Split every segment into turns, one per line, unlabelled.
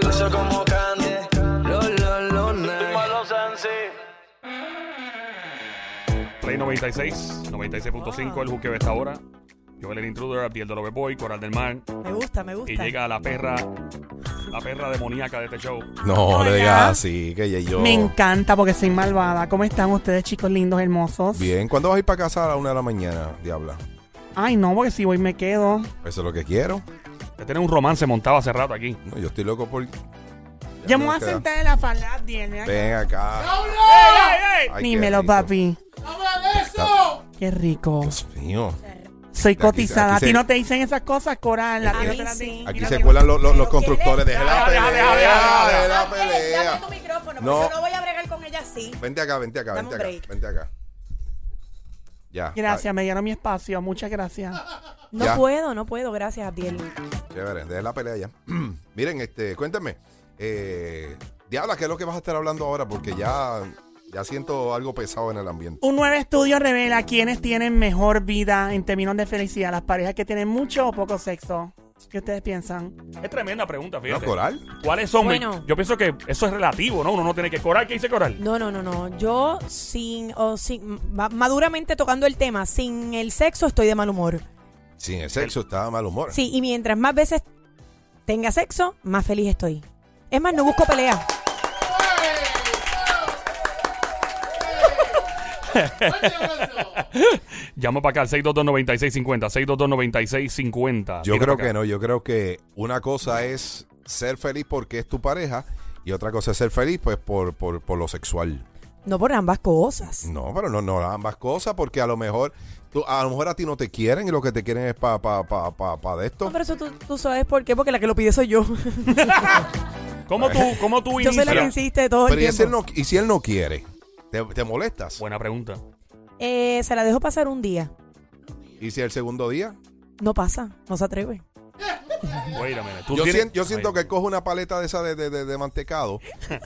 Eso como candy, lo, lo, lo, nice. Malo sensi.
Play 96, 96.5, el juqueo de esta hora. Yo el intruder, Abdiel Dolores Boy, Coral del Mar.
Me gusta, me
Y
gusta.
llega la perra, la perra demoníaca de este show.
No,
Hola.
le digas así, que ya yo.
Me encanta porque soy malvada. ¿Cómo están ustedes, chicos lindos, hermosos?
Bien, ¿cuándo vas a ir para casa a la una de la mañana, diabla?
Ay, no, porque si voy me quedo.
Eso es lo que quiero.
Que Este tiene un romance montado hace rato aquí.
No, yo estoy loco por.
Ya me voy a
queda-
sentar en la falda, tiene.
Ven acá. Ay, qué
Dímelo,
rico.
papi.
Está-
Qué rico.
Dios mío.
Soy
Aquí se- aquí
cotizada. a ti
se-
no te dicen esas cosas, Coral. A ti
A
no
mí
te las
sí.
dicen.
Aquí
Mira,
se
mira.
cuelan los, los- los
Pero
constructores. Deja la
Deja,
pelea.
deja, deja, deja.
Deja la
Ángel, Dame
pelea.
tu micrófono,
No.
porque yo no voy a bregar con ella así.
Vente acá, vente acá,
Dame
vente
un
acá.
break.
Vente acá. Ya.
Gracias, me dieron mi espacio. Muchas gracias.
No
Ya.
puedo, no puedo, gracias, Abdiel.
Ay, chévere, deja la pelea ya. Miren, este, cuéntame. Eh, diabla, ¿qué es lo que vas a estar hablando ahora? Porque ya, ya siento algo pesado en el ambiente.
Un nuevo estudio revela quiénes tienen mejor vida en términos de felicidad. Las parejas que tienen mucho o poco sexo. ¿Qué ustedes piensan?
Es tremenda pregunta,
¿No,
fíjate.
Coral?
¿Cuáles son?
Bueno.
Yo pienso que eso es relativo, ¿no? Uno no tiene que coral. ¿Qué dice coral?
No, no, no, no. Yo sin, o sin, ma- maduramente tocando el tema, sin el sexo estoy de mal humor.
Sin el sexo está de mal humor.
Sí, y mientras más veces tenga sexo, más feliz estoy. Es más, no busco pelea.
Llama para acá al 622-9650. 622-9650.
Yo creo que no, yo creo que una cosa es ser feliz porque es tu pareja y otra cosa es ser feliz pues por, por, por lo sexual.
No por ambas cosas.
No, pero no, no ambas cosas porque a lo mejor tú, a lo mejor a ti no te quieren y lo que te quieren es para pa, pa, pa, pa de esto.
No, pero eso tú, tú sabes por qué, porque la que lo pide soy yo.
¿Cómo tú, cómo tú
yo soy la que
inicias?
insiste todo
Pero
el
y si, él
tiempo.
no, y si él no quiere, ¿te, te molestas?
Buena pregunta.
Eh, se la dejo pasar un día.
¿Y si el segundo día?
No pasa, no se atreve.
Wait a minute. Tú
Yo,
tienes-
sien- yo siento
Ay.
que él coge una paleta de esa de, de, de- de mantecado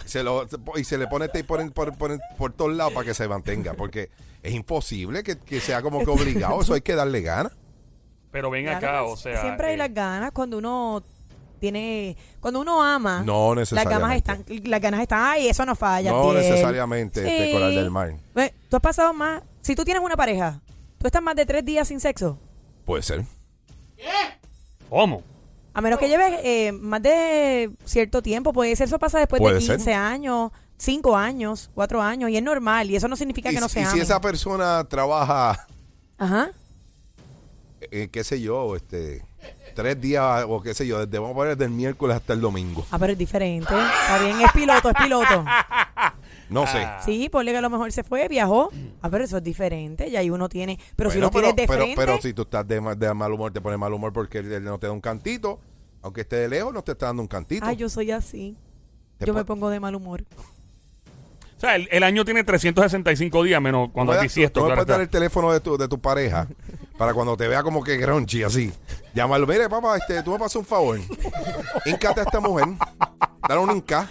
se lo- y se le pone tape por, por, por- por todos lados para que se mantenga porque es imposible que, que sea como que obligado, eso hay que darle ganas.
Pero ven acá,
Claro,
o sea.
Siempre
eh,
hay las ganas cuando uno tiene. Cuando uno ama.
No
Ah. Las ganas
necesariamente.
están. Las ganas están. Ay, eso no falla.
No
Tiel.
necesariamente, este, Coral del Mar.
Ve, Tú has pasado más. Si tú tienes una pareja, tú estás más de tres días sin sexo.
Puede ser.
¿Cómo?
A
Oh.
menos que lleves eh, más de cierto tiempo. Puede ser, eso pasa después de
Puede
15
ser.
años, 5 años, 4 años. Y es normal. Y eso no significa
Y,
que no
si-
se
y
amen.
si esa persona trabaja,
Ajá.
eh, qué sé yo, este, tres días o qué sé yo, desde, vamos a poner desde el miércoles hasta el domingo.
Ah, pero es diferente. Está bien, es piloto, es piloto.
No sé.
Ah.
Sí, ponle que a lo mejor se fue, viajó. Ah, pero eso es diferente. Ya ahí uno tiene. Pero si
Mm. Bueno,
lo tienes de
pero,
frente.
pero si tú estás de, ma- de mal humor, te pones mal humor porque él, él no te da un cantito. Aunque esté de lejos, no te está dando un cantito.
Ay, yo soy así.
Te
Yo me
pon-
pongo de mal humor.
O sea, el, el año tiene 365 días menos cuando es
Puedes-
bisiesto.
tú me
claro
puedes dar
está.
el teléfono de tu, de tu pareja para cuando te vea como que grunchy así. Llámalo. Mire, papá, este, tú me pasas un favor. Incate a esta mujer. Dale un inca.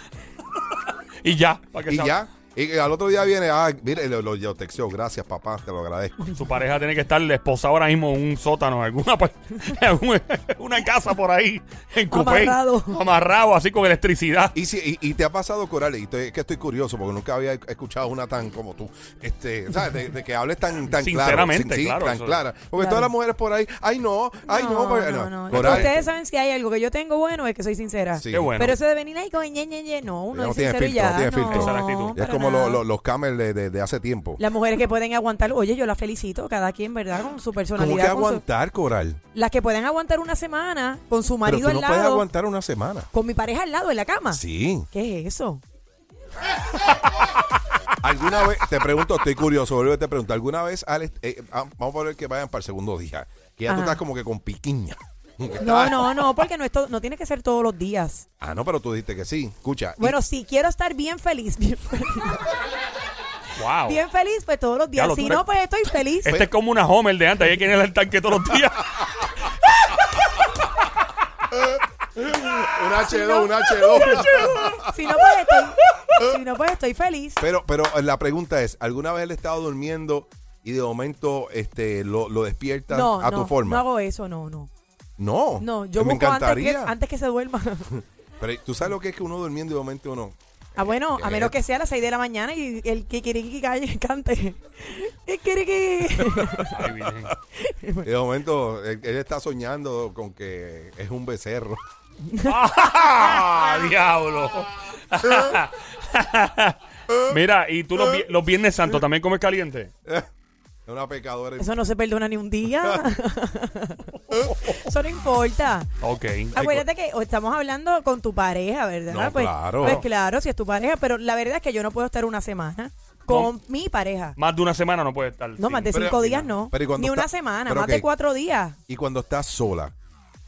Y ya. para que
Y
sea-
ya. Y al otro día viene, ah, mire, lo, lo, yo texteo, gracias papá, te lo agradezco.
Su pareja tiene que estar esposada ahora mismo en un sótano, en alguna par- en un- una casa por ahí, en cupé,
Amarrado.
amarrado así con electricidad.
Y, si, y, y te ha pasado, Coral, y estoy- es que estoy curioso porque nunca había escuchado una tan como tú, este, ¿sabes? De, de que hables tan, tan claro,
Sinceramente,
sin- sí,
claro,
tan
eso-
clara. Porque todas las mujeres por ahí, ay no, ay no, porque- no.
no, no.
Coral,
Ustedes saben si hay algo que yo tengo bueno es que soy sincera.
sí.
Qué bueno.
Pero eso de venir ahí con ñe, ñe, ñe, no, uno
No
es
tiene
sincero y
filtro,
ya.
no tiene
Esa
filtro.
es la actitud.
no,
Es
para
como lo-
nada.
lo- los camels de, de- de hace tiempo.
Las mujeres que pueden aguantar, oye, yo las felicito, cada quien, ¿verdad? Con su
¿Cómo que
personalidad. con su-
aguantar, Coral?
las que pueden aguantar una semana con su
Pero
marido
tú no
al lado, Ah.
puedes aguantar una semana.
con mi pareja al lado en la cama.
Sí.
¿Qué es eso?
¿Alguna vez, te pregunto, estoy curioso, vuelvo a te pregunto, ¿alguna vez, Alex, eh, ah, vamos a poner que vayan para el segundo día, que ya tú
Ajá.
estás como que con piquiña? Como que
No,
estás-
no, no, porque no, es to- no tiene que ser todos los días.
Ah, no, pero tú dijiste que sí. Escucha. y-
Bueno, si quiero estar bien feliz, bien feliz,
Wow.
bien feliz, pues todos los días.
lo
si
tuve-
no, pues estoy feliz.
Eh.
Este es como una Homer de antes, hay que ir al tanque todos los días.
un H2,
no.
un H2.
Si no, pues estoy, si no, pues estoy feliz.
Pero, pero la pregunta es, ¿alguna vez él estaba durmiendo y de momento este, lo, lo despiertas
No,
a
no,
tu forma?
no hago eso, no, no.
No,
No, yo
me
busco antes
encantaría.
que, antes que se duerma.
Pero tú sabes lo que es que uno durmiendo y de momento uno.
Ah, bueno,
¿Qué
a
es
menos que
esto?
sea a las 6 de la mañana y el kikiriki calle cante. Kikiriki.
Ay, virgen.
De momento él, él está soñando con que es un becerro.
¡Ah, diablo! Mira, y tú los, vi- los Viernes Santos también comes caliente.
Es una pecadora.
Eso no se perdona ni un día. Eso no importa.
Ok.
Acuérdate que o estamos hablando con tu pareja, ¿verdad?
pues, No,
pues,
claro.
Pues claro, si es tu pareja, pero la verdad es que yo no puedo estar una semana con mi pareja.
Más de una semana no puede estar.
No,
sin-
más de
Pero-
cinco días no.
pero ¿y cuando
Ni una
está-
semana,
pero
más
ok.
de cuatro días.
Y cuando estás sola,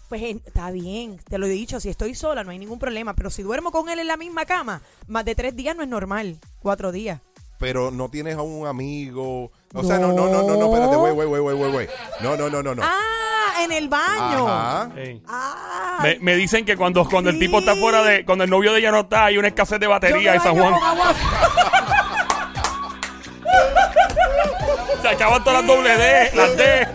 Pues eh, está bien, te lo he dicho, si estoy sola no hay ningún problema, pero si duermo con él en la misma cama, más de tres días no es normal, cuatro días.
pero no tienes a un amigo. O sea, no, no, no, no, no, espérate, güey, güey, güey, güey, güey, güey. No, no, no, no, no.
Ah, en el baño.
Ajá.
Ey.
Ah,
Me, me dicen que cuando, cuando el
Sí.
tipo está fuera de. Cuando el novio de ella no está, hay una escasez de
yo me
batería en San
baño
Juan.
con agua-
Se acaban todas las doble D, las D.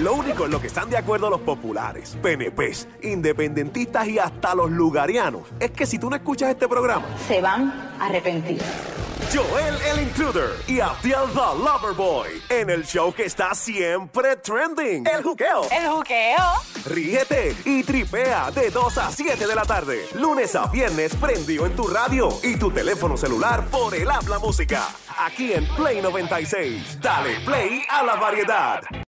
Lo único en lo que están de acuerdo los populares, PNPs, independentistas y hasta los lugarianos es que si tú no escuchas este programa,
se van a arrepentir.
Joel el Intruder y Abdiel the Loverboy en el show que está siempre trending, El Juqueo.
El juqueo.
Ríete y tripea de 2 a 7 de la tarde, lunes a viernes prendido en tu radio y tu teléfono celular por el habla música. Aquí en Play 96, dale play a la variedad.